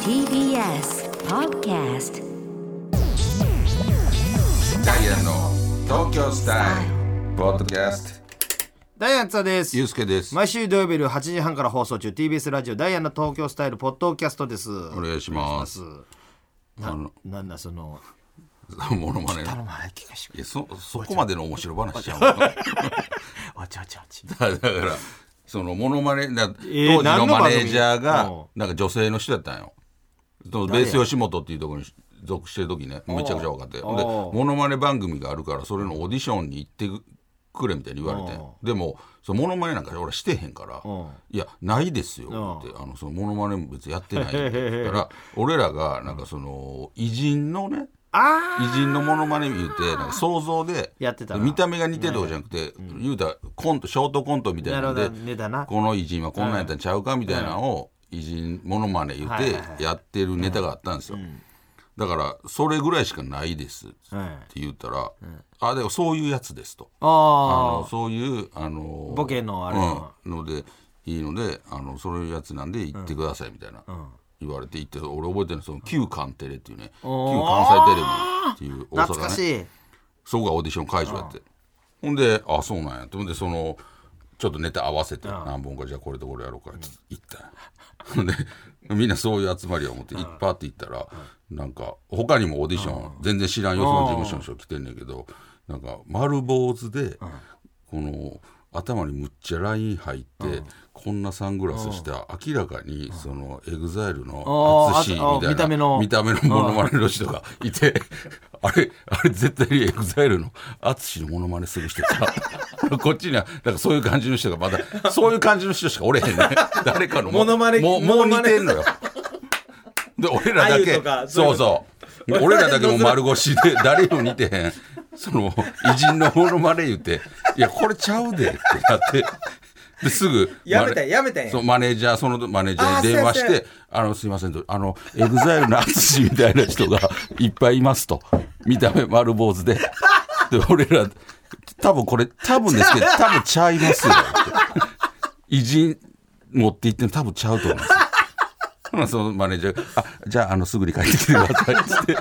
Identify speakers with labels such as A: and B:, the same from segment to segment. A: TBS Podcast
B: ダイアンの東京スタイルポッドキャスト
C: ダイアンツァです
B: ゆうすけです
C: 毎週土曜日夜8時半から放送中 TBS ラジオダイアンの東京スタイルポッドキャストです
B: お
C: お
B: 願いします
C: な
B: あの
C: なんだその
B: モノマネ
C: 頼まない気がし
B: いやそそこまでの面白話じゃんだか
C: おちおちおち
B: らそのモノマネだ当
C: ー
B: 時のマネージャー
C: 何の番
B: が
C: 組うん
B: なんか女性の人やったんよそのベース吉本っていうところに属してる時ねめちゃくちゃ分かってで
C: おう
B: モノマネ番組があるからそれのオーディションに行ってくくれみたいに言われて
C: お
B: でもそのモノマネなんか俺してへんから
C: うん
B: いやないですよってあのそのモノマネも別にやってないって言ったら 俺らがなんかその偉人のね
C: あ
B: 偉人のモノマネ言うてなんか想像で
C: やってたな
B: 見た目が似てるとかじゃなくて、言うたらコントショートコントみたいなの
C: な
B: で
C: るほどねだな
B: この偉人はこんなんやったんちゃうかみたいなのを偉人モノマネ言う
C: はいはいは
B: てやってるネタがあったんですよ、だからそれぐらいしかないですって
C: あ、はい、
B: 言ったら、あでもそういうやつですとあ
C: あ
B: のそういうあの
C: ボケのあれの
B: うん、のでいいのであのそういうやつなんで行ってくださいみたいな、言われて行って俺覚えてるのその旧関テレっていうね旧関西テレビっていう
C: あ懐か
B: ね
C: しい
B: そこがオーディション会場やってほんであそうなんやと思ってそのちょっとネタ合わせて何本かじゃあこれとこれやろうかって行ったんやほんでみんなそういう集まりを持っていっぱいって行ったらなんか他にもオーディション全然知らんよその事務所の人来てんねんけどなんか丸坊主でこの頭にむっちゃライン入ってこんなサングラスして明らかにそのエグザイルの
C: あー
B: 淳み
C: あ
B: たいな
C: 見た目の
B: 見た目のモノマネの人がいて、あれ、あれ絶対にエグザイルの淳のモノマネする人か。こっちには、なんかそういう感じの人がまだ、そういう感じの人しかおれへんね。誰かの
C: モノマネ
B: もう、
C: モ
B: もう
C: ノマ
B: 似
C: ネ
B: てんのよ。で、俺らだ
C: あゆ
B: け
C: とか、そうい
B: そううそ
C: の
B: う。俺らだけもう丸腰で、誰にも似てへん。その、偉人のモノマネ言って、いや、これちゃうでってなって。で、すぐ。
D: やめたんややめたんや
B: そうマネージャー、そのマネージャーに電話し
D: あそうや
B: て、あの、すいませんと、あの、エグザイルの淳みたいな人がいっぱいいますと。見た目丸坊主で。で、俺ら、多分これ、多分ですけど、多分ちゃいますよって。偉人持って行っても多分ちゃうと思うんですよ。ほなそのマネージャーが、あ、じゃあ、あの、すぐに帰ってきてくださいって。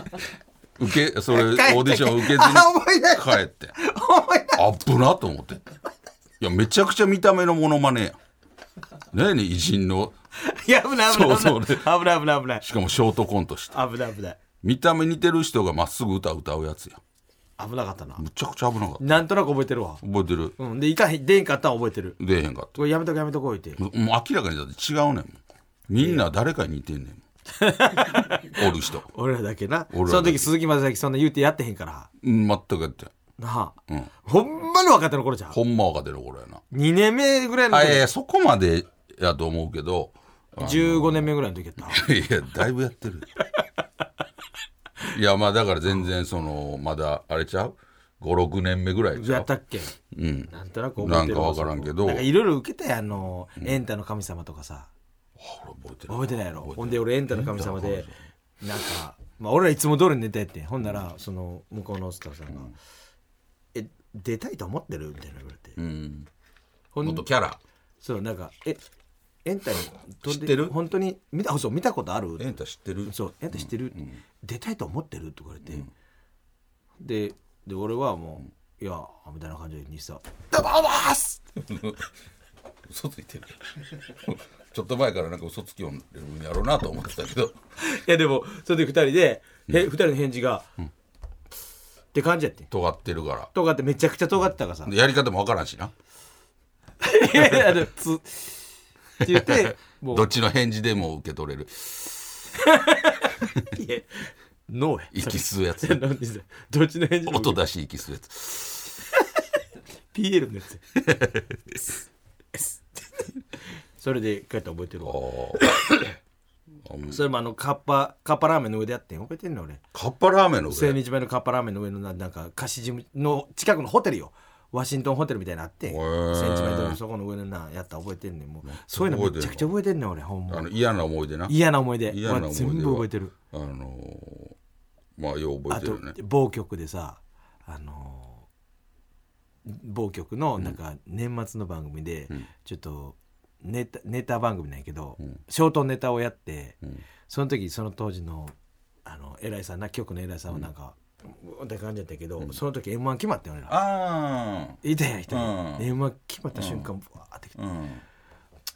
B: 受け、それ、オーディション受けずに
D: あ思い出した
B: 帰って。あっぶなと思って。いや、めちゃくちゃ見た目のモノマネやん。何偉人の、
C: いや危ない危ない危
B: そう
C: ない
B: そうね
C: 危ない危ない危ない
B: しかもショートコントして。
C: 危ない危ない
B: 見た目似てる人がまっすぐ歌歌うやつや。
C: 危なかったな
B: むちゃくちゃ危なかった。
C: なんとなく覚えてるわ
B: 覚えてる
C: うんでいかへん出んかったん覚えてる
B: 出えへんかった。
C: これやめとこうやめとこう言って
B: もう明らかにだって違うねんもん。みんな誰かに似てんねんもん。おる人。
C: 俺らだけなそ
B: 俺らだけ
C: の時鈴木正樹そんな言うてやってへんから
B: うん全くやってない。
C: なあ、
B: ん
C: ほんまの若手の頃じゃん
B: ほんま若手の頃やな。
C: 2年目ぐらいの
B: あ
C: 時
B: いやいやそこまでやと思うけど
C: 15年目ぐらいの時やった
B: いやだいぶやってるいやまあだから全然そのまだあれちゃう56年目ぐらいちゃ
C: や
B: う
C: ったっけ
B: うん
C: なんとなく覚えてる
B: なんかわからんけど
C: なんかいろいろ受けたやんあの、エンタの神様とかさ
B: 覚えてる
C: 覚えてないやろほんで俺エンタの神様でなんか、まあ、俺らいつも通りに寝たやってんほんならその向こうのスタッフさんが「え出たいと思ってる?」みたいな言われて、
B: うん
C: ほ
B: もっ
C: ん
B: とキャラ
C: そうなんか「えエンタに飛ん
B: 知
C: で
B: ってる
C: 本当に見たそう見たことある?」
B: エンタ知ってる
C: そう「えっ知ってる出たいと思ってる?」って言われて、でで俺はもう「いや」みたいな感じで西さ
B: ダバーす嘘ついてるちょっと前からなんか嘘つきをやろうなと思ってたけど
C: いやでもそれで2人で、へ2人の返事が、って感じやってん
B: 尖ってるから
C: 尖ってめちゃくちゃ尖ってたからさ「
B: でやり方もわからんしない
C: やいや でつ」って言っても
B: どっちの返事でも受け取れる
C: う「いやノーや」
B: 息吸うやつ
C: それなんでさどっちの返事も
B: 音出し息吸うやつ
C: PL のや つそれで帰ったら覚えてるわ
B: おー
C: それもあのカッパカッパラーメンの上でやってん覚えてんの俺
B: カッパラーメンの
C: 千
B: 上へ
C: 日前のカッパラーメンの上のななんか貸し事務の近くのホテルよワシントンホテルみたいなのあって
B: へー
C: 千日前のそこの上のなやった覚えてんねんもうそういうのめちゃくちゃ覚えてんねん俺ほん
B: あ
C: ま
B: の嫌な思い出な
C: 嫌な思い出
B: 嫌な思い出は
C: 全部覚えてる
B: あのーまあよう覚え
C: あ
B: てる
C: と
B: よね
C: 某局でさあのー某局のなんか年末の番組でちょっとネタネタ番組なんやけど、ショートネタをやって、その時その当時のあの偉いさんな局の偉いさんはなんか、うんって感じだったけど、その時 m 1決まって俺ら
B: あ
C: いたやん一人、
B: うん
C: m 1決まった瞬間、ブワーって来て
B: あうん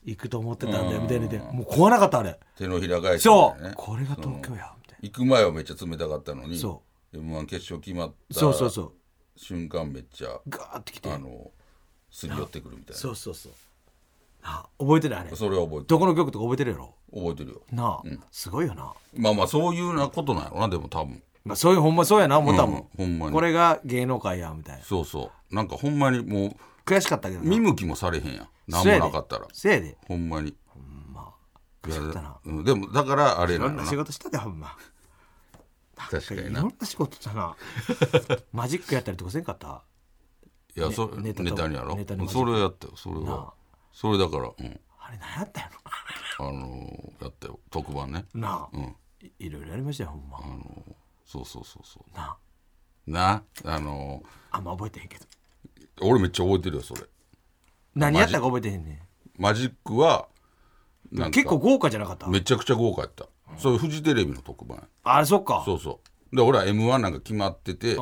C: 行くと思ってたんだよみたいなで、もう怖なかったあれ
B: 手のひら返しみ
C: そ、
B: たいうなね
C: これが東京やみたいな
B: 行く前はめっちゃ冷たかったのに
C: そ
B: m 1決勝決まった
C: そうそうそう
B: 瞬間めっちゃ
C: ガーって来て
B: あのすり寄ってくるみたいな
C: そうそうそうなあ覚えてるあれ
B: それは覚えてる
C: どこの曲とか覚えてるやろ
B: 覚えてるよ
C: なあ、すごいよな、
B: まあまあそういうなことなんやろなでも多分
C: まあ、そういうほんまそうやな思った
B: う
C: もん,、
B: んうんほんまに
C: これが芸能界やみたいな
B: そうそうなんかほんまにも
C: 悔しかったけど
B: う見向きもされへんやん何
C: せやで
B: もなかったら
C: せやで
B: ほんまに
C: 悔しかったな
B: うんでもだからあれ
C: い
B: な
C: ろん
B: の
C: な
B: な
C: 仕事したでほんま
B: 確か
C: い
B: にな
C: ろんな仕事し たなマジックやったりとかせんかった
B: いやそれ
C: ネネタと
B: ネタにやろ
C: ネタに混じっ
B: そ
C: て
B: れやったよそれ
C: な
B: は
C: あ
B: それだからうん
C: あれ何やったんや
B: あのーやったよ特番ね
C: ろなあ、
B: うん
C: いいろいろやりましたよほんま、
B: あのーそうそうそうそ
C: なあ
B: うなあの
C: あんま覚えてへんけど
B: ー俺めっちゃ覚えてるよそれ
C: 何やったか覚えてへんね
B: マジックはなん
C: ん
B: か
C: 結構豪華じゃなかった
B: めちゃくちゃ豪華やったそれフジテレビの特番や
C: あれそっか
B: そうそうで俺は m 1なんか決まってて
C: ん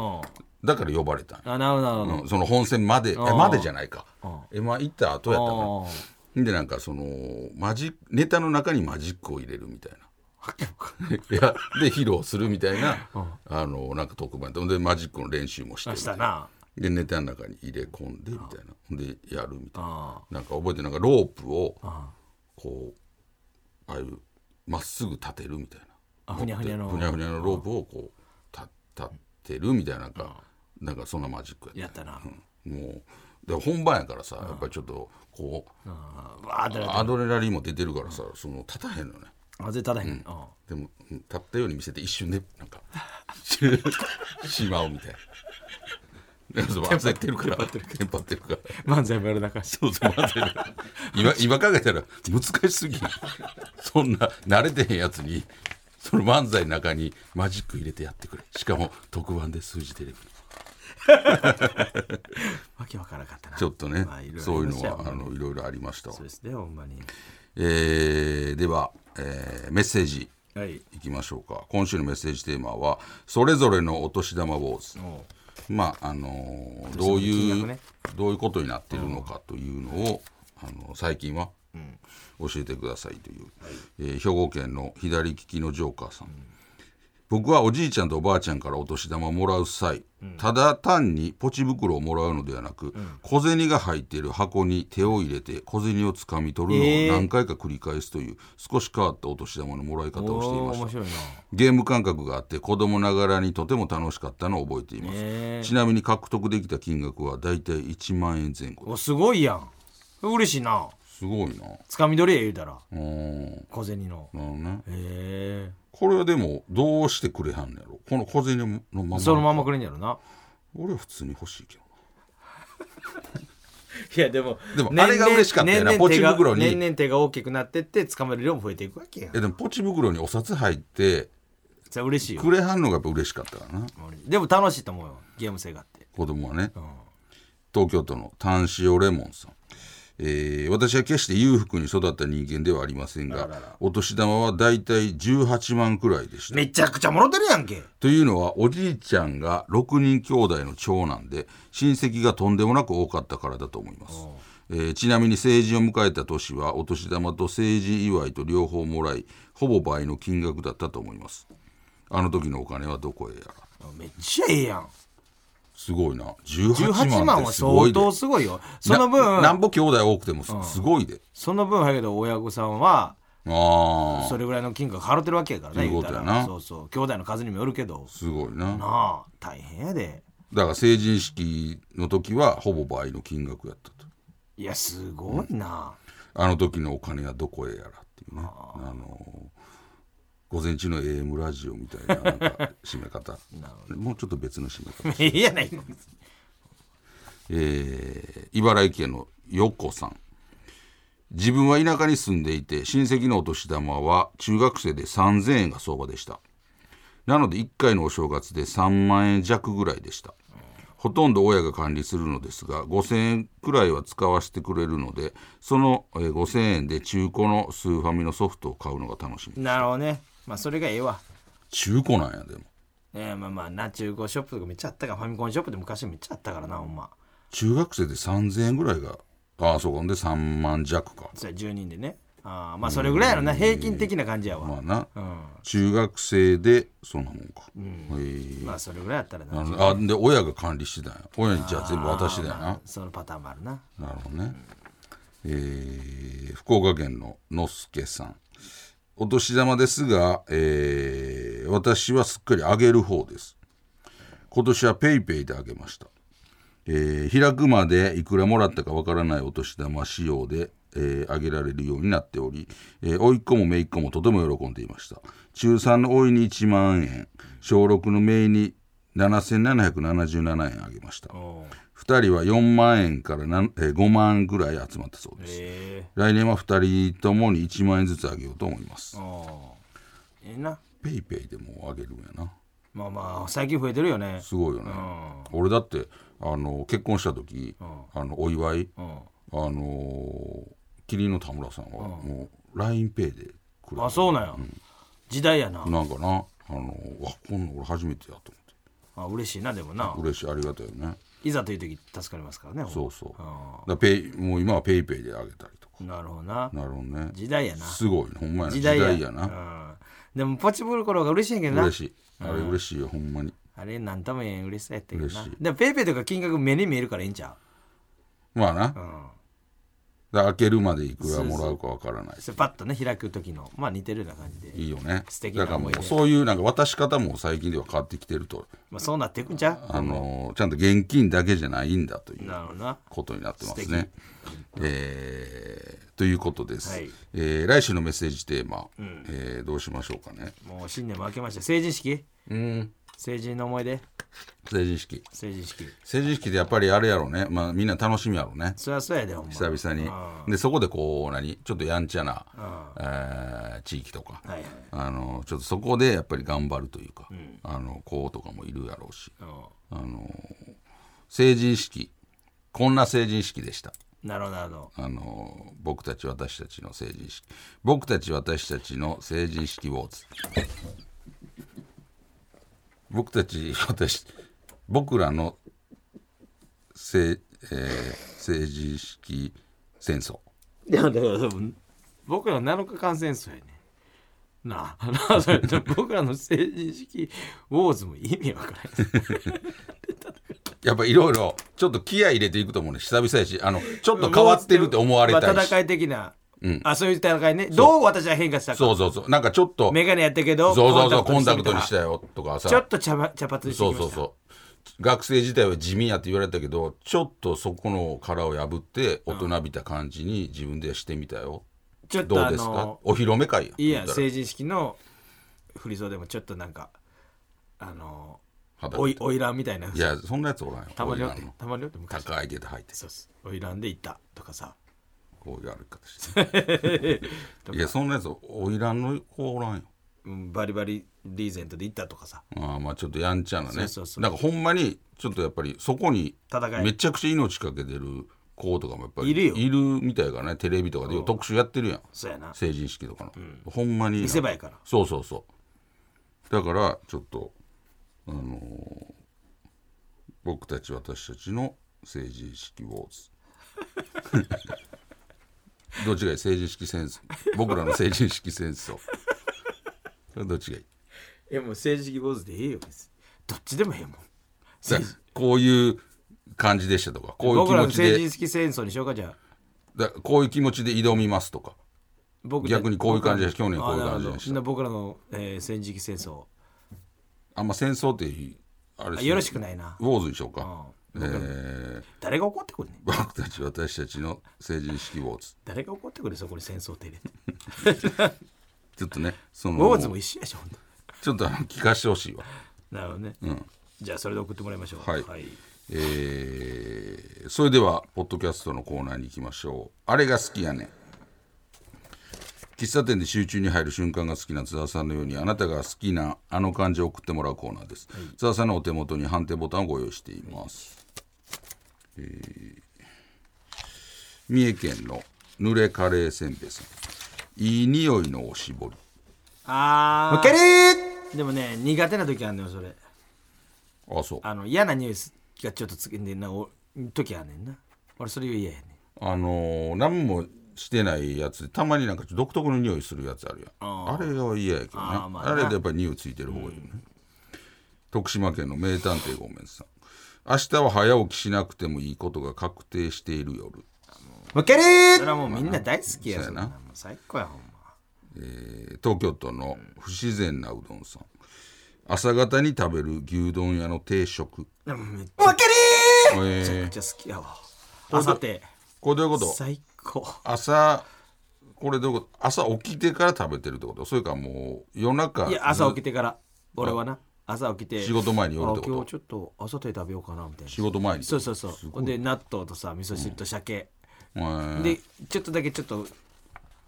B: だから呼ばれたんや
C: あなるほどなるほど、
B: うんその本戦までえ
C: ん
B: までじゃないか m 1行った後やったか
C: あ
B: らでなんかそのマジネタの中にマジックを入れるみたいないやで披露するみたいなあのなんか特番やったでマジックの練習もして
C: あ
B: み
C: したた
B: いな
C: な
B: でネタの中に入れ込んでみたいなほんでやるみたいな
C: あ
B: なんか覚えてなんかロープをこうああいうまっすぐ立てるみたいな
C: あふにゃふにゃの
B: ふにゃふにゃのロープをこう立立ってるみたいななんかなんかそんなマジック
C: や
B: や
C: っ
B: ったた
C: な
B: うんもうで本番やからさやっぱりちょっとこう
C: あーわーってなって
B: アドレナリンも出てるからさその立たへんのね
C: あ絶対だへん、うん
B: でもうん立ったように見せて一瞬でなん かしまうみたいな。でも焦ってるから テンパってるから
C: 漫才もやる中し
B: そうそう待って 今今考えたら難しすぎるそんな慣れてへんやつにその漫才の中にマジック入れてやってくれしかも特番で数字テレビ
C: わけわからなかったな
B: ちょっとね、
C: まあろろ
B: そういう
C: ありま
B: の
C: したよ
B: はあのいろいろありましたわ
C: そうですねほんまに
B: えーでは、えーメッセージ
C: はい
B: いきましょうか今週のメッセージテーマは「それぞれのお年玉ウォーズ」まああのーどう
C: 金
B: いう、
C: 額ね
B: どういうことになっているのかというのを、あの最近は教えてくださいという、えー兵庫県の左利きのジョーカーさん、僕はおじいちゃんとおばあちゃんからお年玉をもらう際、ただ単にポチ袋をもらうのではなく、小銭が入っている箱に手を入れて小銭をつかみ取るのを何回か繰り返すという少し変わったお年玉のもらい方
C: お
B: をしてい
C: お
B: ま
C: ー
B: した
C: 面白いな
B: ゲーム感覚があって子供ながらにとても楽しかったのを覚えています、
C: へー
B: ちなみに獲得できた金額はだいたい1万円前後
C: おすごいやん嬉しいな
B: すごいな
C: つかみ取りや言うたら
B: うーん
C: 小銭の
B: なるほどね
C: へ
B: これはでもどうしてくれはんのやろこの小銭のま
C: え
B: ま
C: そのままくれんやろな
B: 俺は普通に欲しいけど
C: いやでも
B: でもあれが嬉しかったよな
C: 年々手が
B: ポチ袋に
C: 年々手が大きくなってってつかめる量も増えていくわけやん
B: なえでもポチ袋にお札入って
C: それは嬉しいよ
B: くれはんのがやっぱ嬉しかったからな
C: でも楽しいと思うよゲーム性があって
B: 子供はね、東京都のタンシオレモンさん、えー私は決して裕福に育った人間ではありませんがお年玉はだいたい18万くらいでした
C: めちゃくちゃもろてるやんけ
B: というのはおじいちゃんが6人兄弟の長男で親戚がとんでもなく多かったからだと思います、えーちなみに成人を迎えた年はお年玉と成人祝いと両方もらいほぼ倍の金額だったと思いますあの時のお金はどこへやら
C: めっちゃええやん
B: すごいな18万
C: 18万
B: って
C: は
B: すご
C: 相
B: いで
C: 当すごいよその
B: ななん
C: 分
B: ぼ兄弟多くてもす,、ごいで
C: その分はやけど親御さんは
B: ああ
C: それぐらいの金額払ってるわけやから
B: そう
C: ね
B: いう
C: 言
B: こ
C: う
B: と
C: た
B: やな
C: らそうそう兄弟の数にもよるけど
B: すごいな
C: なあ大変やで
B: だから成人式の時はほぼ倍の金額やったと
C: いやすごいな
B: あの時のお金はどこへやらっていうねあの午前中の AM ラジオみたいななんか締め方もうちょっと別の締め方、
C: いいやないか
B: えー茨城県の横さん自分は田舎に住んでいて親戚のお年玉は中学生で3000円が相場でしたなので1回のお正月で3万円弱ぐらいでしたほとんど親が管理するのですが5000円くらいは使わせてくれるのでそのえー5000円で中古のスーファミのソフトを買うのが楽しみ
C: なるほどねまあそれがええわ
B: 中古なんやでも
C: えー、まあまあな中古ショップとかめっちゃあったからファミコンショップで昔めっちゃあったからなほんま
B: 中学生で3000円ぐらいがああそうかんで3万弱か
C: それ10人でねあーまあそれぐらいやろな平均的な感じやわ、
B: まあな、中学生でそんなもんか、へえ
C: まあそれぐらいやったらな
B: なるほどあで親が管理してたんや親にじゃあ全部渡してたんやな
C: そのパターンもあるな
B: なるほどね、えー福岡県ののすけさんお年玉ですが、えー私はすっかりあげる方です今年はペイペイであげました、えー開くまでいくらもらったかわからないお年玉仕様で、えーあげられるようになっており、えー、甥っ子も姪っ子もとても喜んでいました中3の甥に1万円小6の姪に7777円あげました
C: おう
B: 2人は4万円からなんえー5万ぐらい集まったそうです
C: え
B: 来年は2人ともに1万円ずつあげようと思います
C: ー、おうええな
B: ペイペイでもうあげるんやな
C: まあまあ最近増えてるよね
B: すごいよね俺だってあの結婚した時あのお祝いあ
C: ん
B: のー麒麟の田村さんはもう LINEPay でくれ
C: あそうなんや、時代やな
B: なんかなあのーうわこんなん俺初めてやと
C: あ嬉しいなでもな
B: 思って嬉しいありがたいよね
C: いざという時助かりますからね
B: そううそうだからペイもう今はペイペイであげたりとか
C: なるほどな
B: なるほどね
C: 時代やな
B: すごいねほんまやな
C: 時代や
B: な
C: うん、でもポチブルコロが嬉しいんやけどな
B: 嬉しいあれ嬉しいよほんまに
C: あれ何とも言えん嬉しさやったけど
B: 嬉
C: な
B: しい
C: でもペイペイとか金額目に見えるからいいんちゃ
B: まあな、
C: う、うん、
B: で開けるまでいくらもらうかわからない
C: それパッとね開く時のまあ似てるような感じで
B: いいよね
C: 素敵な
B: だからも
C: 思いう出
B: そういうなんか渡し方も最近では変わってきてると
C: まあ、そうなっていくんちゃう
B: あのーちゃんと現金だけじゃないんだという
C: なるほどな
B: ことになってますね。えーということです、
C: はい
B: えー来週のメッセージテーマ、えーどうしましょうかね
C: もう新年も明けました成人式
B: うん
C: 成人の思い出
B: 成人式
C: 成人式
B: 成人式でやっぱりあれやろね、まあ、みんな楽しみやろね
C: そりゃそうやでほんま
B: 久々にでそこでこう何ちょっとやんちゃな、えー地域とか、
C: はいはい
B: あのちょっとそこでやっぱり頑張るというか、あの子とかもいるやろうし、あの成人式こんな成人式でした
C: なるほどなるほど
B: あの僕たち私たちの成人式僕たち私たちの成人式ウォーズ僕たち私僕らのせ、えー成人式戦争
C: いやだから多分僕ら7日間戦争やねなあなあそれ で僕らの成人式ウォーズも意味わからない
B: やっぱいろいろちょっと気合い入れていくと思うね久々やしあのちょっと 変わってるって思われた
C: まあ
B: いし
C: 戦い的な、あそういう戦いねどう私は変化したか
B: そうそうそうなんかちょっと
C: メガネやったけど
B: そうそうそうコンタクト
C: み
B: に
C: た
B: したよとかさ
C: ちょっと茶茶髪にしてきました
B: そうそうそう学生時代は地味やって言われたけどちょっとそこの殻を破って大人びた感じに自分でしてみたよ、
C: ちょっと
B: どう
C: あ
B: ですか
C: の
B: お披露目会や
C: いいや
B: 言ったら
C: 成人式の振り袖でもちょっとなんかあの
B: 肌
C: お
B: 着
C: いおいらんみたいない
B: やそんなやつおらんよ
C: たまにおっ
B: こう
C: て
B: いうの
C: たまにおって昔
B: 高い毛で履いて
C: そうっすおいらんで行ったとかさ
B: こういう歩き方して いやそんなやつおいらんの子おらんよ
C: うんバリバリリーゼントで行ったとかさ
B: ああまあちょっとやんちゃなね
C: そうそうそう
B: なんかほんまにちょっとやっぱりそこに
C: 戦い
B: めちゃくちゃ命かけてる子とかもやっぱり
C: いるよ
B: いるみたいかねテレビとかでよう特集やってるやん
C: そうやな
B: 成人式とかの、ほんまに見
C: せ場やから
B: そうそうそうだからちょっとあのー僕たち私たちの成人式ウォーズ どっちがいい成人式戦争僕らの成人式戦争それどっちがいい
C: えもう政治坊主でいいよ別にどっちでもええもん
B: だからこういう感じでしたとかこういう気
C: 僕らの
B: 持ち
C: 成人
B: で
C: 式戦争にしようかじゃあ
B: だからこういう気持ちで挑みますとか
C: 僕
B: 逆にこういう感じで去年こういう
C: あなる
B: 感
C: ほ
B: じ
C: ど
B: でした
C: 僕らの、えー、戦時期戦争
B: あんま戦争っていうあれ
C: あ
B: ですね
C: よろしくないな
B: ウォーズにしようか、えー
C: 誰が怒ってくるねん
B: 僕たち私たちの成人式ウォーズ
C: 誰が怒ってくるそこに戦争って入れて
B: ちょっとねそ
C: 坊
B: の
C: 主も一緒やしほんと
B: ちょっとあの聞かしてほしいわ
C: なるほどね、
B: ん
C: じゃあそれで送ってもらいましょう
B: はいえーそれではポッドキャストのコーナーに行きましょうあれが好きやねん喫茶店で集中に入る瞬間が好きな津田さんのようにあなたが好きなあの漢字を送ってもらうコーナーです、津田さんのお手元に判定ボタンをご用意しています、えー三重県の濡れカレーせんべいさんいい匂いのおしぼり
C: あー
D: ける
C: でもね苦手な時あるのよそれ
B: あそうあ
C: あの嫌なニュースがちょっとつけんでんなお時あんねんな俺それが嫌やねん
B: のー何もしてないやつでたまになんか独特の匂いするやつあるやんあ
C: あ
B: れは嫌やけどね
C: あー
B: あ,、
C: まあな
B: れでやっぱり匂いついてる方がいいよね、徳島県の名探偵ごめんさん明日は早起きしなくてもいいことが確定している夜
D: 負ける
C: それはもうみんな大好きや
B: そや
C: そうん
B: な
C: なもう最高やほんま
B: えー東京都の不自然なうどんさん朝方に食べる牛丼屋の定食、
C: でもめっち
D: 負ける
B: え
C: ゃ
B: ー
C: くちゃ好きやわ朝て
B: これどういうこと
C: 最高
B: 朝これどういうこと朝起きてから食べてるってことそれかもう夜中
C: いや朝起きてから俺はな朝起きて
B: 仕事前に寄るってこ
C: あ
B: と
C: 今日ちょっと朝て食べようかなみたいな
B: 仕事前に
C: そうそうそうほんで納豆とさ味噌汁と鮭、
B: えー
C: でちょっとだけちょっと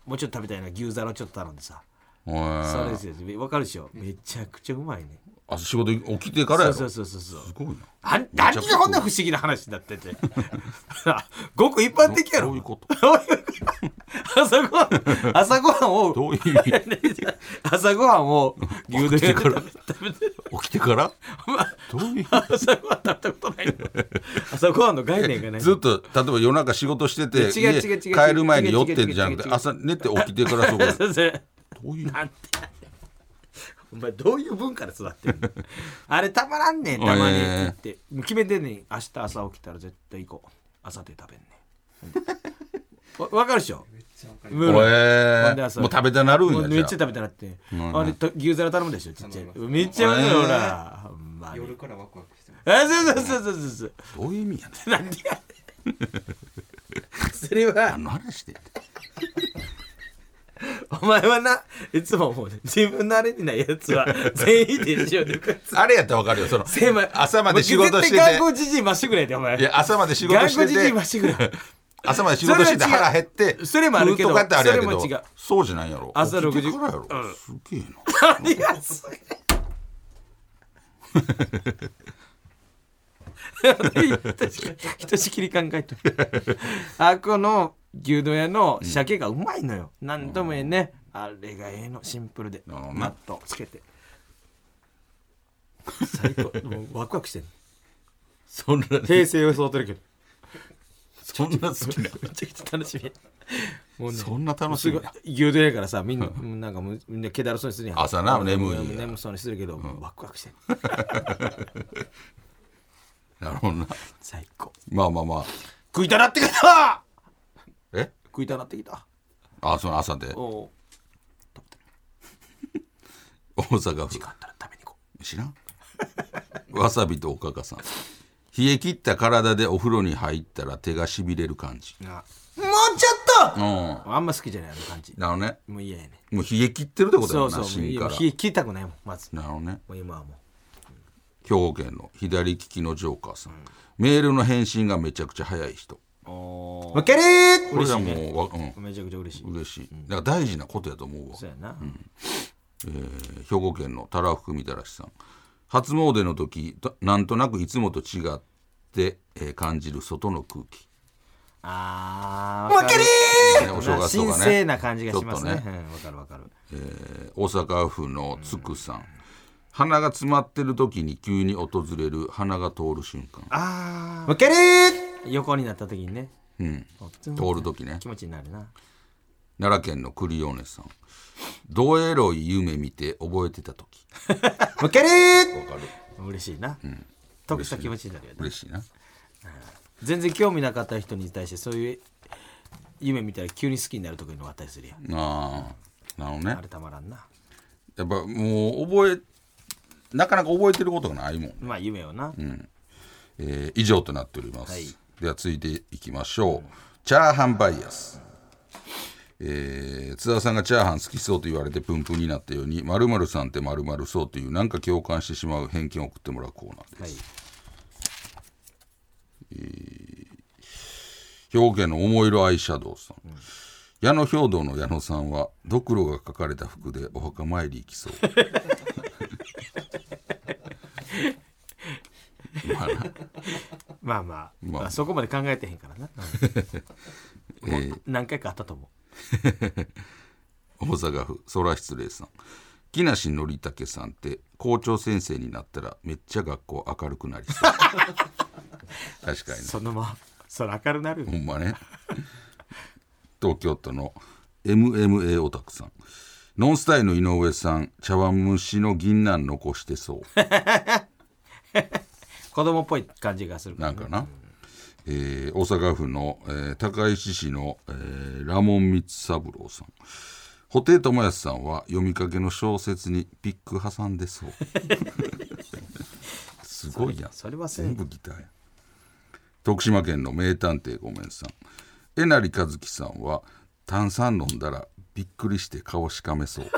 C: もうちょっと食べたいな牛皿をちょっと頼んでさ
B: えー
C: そうですよわかるでしょめちゃくちゃうまいね
B: あ仕事起きてからや
C: そう
B: ろ
C: そうそうそうそう
B: すごいな
C: あん何がこんな不思議な話になってて ごく一般的やろ
B: どういうこと
C: 朝ごはん朝ごはんを
B: どういう意味
C: 朝ごはんを牛丼でから食べて
B: 起きて からどういう意
C: 朝ごはん食べたことないの朝ごはんの概念がない
B: 味ずっと例えば夜中仕事してて
C: 違う違う違う
B: 家帰る前に寄っ
C: 違
B: て
C: う違
B: ん
C: う
B: じゃなく
C: 違う違
B: て
C: う
B: 朝寝て起きてからそ こ
C: 先生
B: どういう
C: なんて お前どういう文化で育ってるのあれたまらんねんたまにって言って、もう決めてんねん明日朝起きたら絶対行こう朝で食べんね んわわかるでしょ
B: お
C: 無理ほ
B: え
C: んで朝
B: もう食べたなるん
C: もう
B: や
C: めっち
B: じ
C: ゃ
B: ゃ
C: 食べたらって、
B: ん
C: あれと牛皿頼むでしょちっちゃいめっちゃうまいよほら、ほんまに
D: 夜からワクワクしてます
C: あそうそうそうそうそうそう
B: あどういう意味やねん
C: なんでやそれは
B: 何の話してんね
C: お前はないつも思うね自分のあれにないや つは全員でしょで
B: んあれやったらわかるよその
C: 狭い
B: 朝まで仕事してて
C: もう絶対頑固じじいまっしぐらいでお前
B: いや朝まで仕事
C: 頑
B: して
C: 固じじいまってしぐらい
B: 朝まで仕事してて
C: それは違う
B: 腹減って
C: それもあるけど
B: 食うとかってあれやけど
C: それも違う
B: そうじゃないやろ
C: 朝6
B: 起
C: 時
B: きてからやろ
C: うん
B: すげえな
C: 何がすごい確かにひとしきり考えとるあこの牛丼屋の鮭がうまいのよ、なん、何ともええねあれがええのシンプルで
B: なるほどね
C: マットつけて最高もうワクワクして んの
B: そんな
C: 平成を想ってるけど
B: そんな好 きな
C: めちゃくちゃ楽しみもうね
B: そんな楽し
C: す
B: み
C: ごい
B: な
C: 牛丼やからさみんなうんなんかもうみんな気だるそうにするやん
B: 朝な
C: うん
B: 眠いやん
C: 眠そうにするけど、ワクワクしてん
B: なるほどな
C: 最高
B: まあまあまあ
C: 食いたなってきた
B: え
C: 食いたなってきた
B: あその朝で大
C: おう
B: 阪府
C: あったら食べに行こ
B: 知らんわさびとおかかさん冷え切った体でお風呂に入ったら手がしびれる感じ
C: うな
D: もうちょっ
B: うんな
C: あんま好きじゃないあの感じ
B: のね
C: もう嫌やね
B: もう冷え切ってるってことだ
C: そ
B: よ
C: う
B: な
C: そうもう
B: 芯から
C: 冷え切りたくないもんまずも
B: なのね
C: う今はも
B: 兵庫県の左利きのジョーカーさん、メールの返信がめちゃくちゃ早い人
C: う
D: と負ける
B: これはもうわ、うん
C: めちゃくちゃ嬉しい
B: 嬉しいだから大事なことやと思うわ
C: そうやな、
B: 兵庫県のたらふくみたらしさん初詣の時となんとなくいつもと違って、えー感じる外の空気
C: あーわかる
B: ねお正月と
C: 神
B: かね
C: 聖な感じがしますね
B: ちょ
C: わ、
B: っと
C: うん、わかるわかる
B: 大阪府のつくさん、鼻が詰まってる時に急に訪れる鼻が通る瞬間
C: あ
D: 負ける
C: ー横になった時にね
B: うん通る時ね
C: 気持ちになるな
B: 奈良県のクリオネさんどエロい夢見て覚えてた時
D: 負ける
C: 嬉しいな、得した気持ちになるよね
B: 嬉しいな
C: 全然興味なかった人に対してそういう夢見たら急に好きになるとかいうのがあったりするやん
B: あーなるほどね
C: あれたまらんな
B: やっぱもう覚えなかなか覚えてることがないもん
C: まあ夢をな、
B: えー以上となっております、
C: はい
B: では続いていきましょうチャーハンバイアス、えー津田さんがチャーハン好きそうと言われてプンプンになったように〇〇さんって〇〇そうというなんか共感してしまう偏見を送ってもらうコーナーです、
C: はい
B: 兵庫県の桃色アイシャドウさん、矢野兵道の矢野さんはドクロが書かれた服でお墓参り行きそうまあな
C: まあまあ、
B: まあ
C: まあ、そこまで考えてへんからな、 うんもう何回かあったと思
B: 大阪府空失礼さん木梨憲武さんって校長先生になったらめっちゃ学校明るくなりそう確か
C: う
B: にね
C: そのままそれ明るなるよ
B: ほんまね。東京都の MMA オタクさん。ノンスタイルの井上さん、茶碗蒸しの銀杏残してそう。
C: 子供っぽい感じがするから
B: なんかな。えー大阪府の、えー高石市の、えーラモン光三郎さん。布袋寅泰さんは読みかけの小説にピック挟んでそう。すごいやん。
C: それはそう
B: 全部ギターやん。徳島県の名探偵ごめんさん。えなりかずきさんは炭酸飲んだらびっくりして顔しかめそう。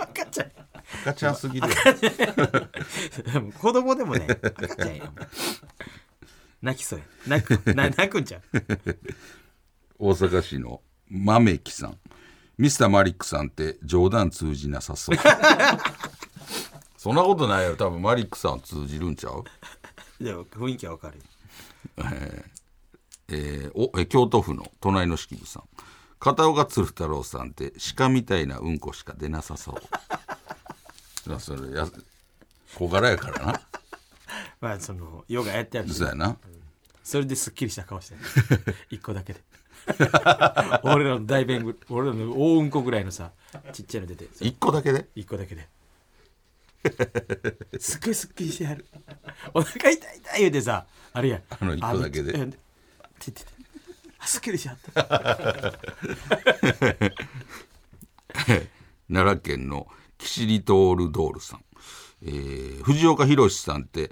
C: 赤ちゃん
B: 赤ちゃんすぎるやん。
C: でも子供でもね赤ちゃんやもん泣きそうや泣くな泣くんちゃう
B: 大阪市の豆木さんミスターマリックさんって冗談通じなさそう そんなことないよ多分マリックさん通じるんちゃう、
C: でも雰囲気はわかるよ
B: えーおえ京都府の隣の式部さん片岡鶴太郎さんって鹿みたいなうんこしか出なさそう いやそれや小柄やからな
C: まあそのヨガやってあるし
B: そうやな
C: それですっきりした顔して る一個だけで 俺らの大弁ぐ俺らの大うんこぐらいのさちっちゃいの出て
B: 一個だけで
C: 一個だけ ですっごいすっきりしてやるお腹痛い痛い言うてさあれや
B: あの一個だけで
C: あめっちゃてててあすっきりしやった
B: 奈良県のキシリトールドールさん、えー藤岡弘さんって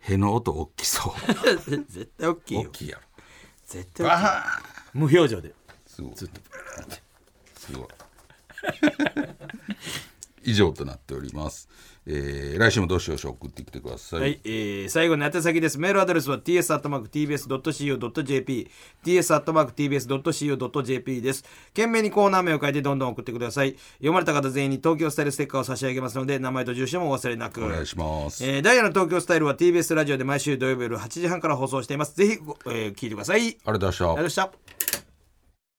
B: への音大きそう
C: 絶対大きい
B: 大
C: よ
B: きいやろ
C: 絶対大きい無表情です
B: ごい。すごい。 以上となっております。えー来週もどしどし送ってきてください。
C: はい、えー最後に宛先です。メールアドレスは ts.tbs.co.jp、ts.tbs.co.jp です。懸命にコーナー名を書いてどんどん送ってください。読まれた方全員に東京スタイルステッカーを差し上げますので、名前と住所もお忘れなく。
B: お願いします。
C: えーダイヤの東京スタイルは TBS ラジオで毎週土曜日夜8時半から放送しています。ぜひご、えー聞いてください。あり
B: あれ出した
C: がとうございま。した。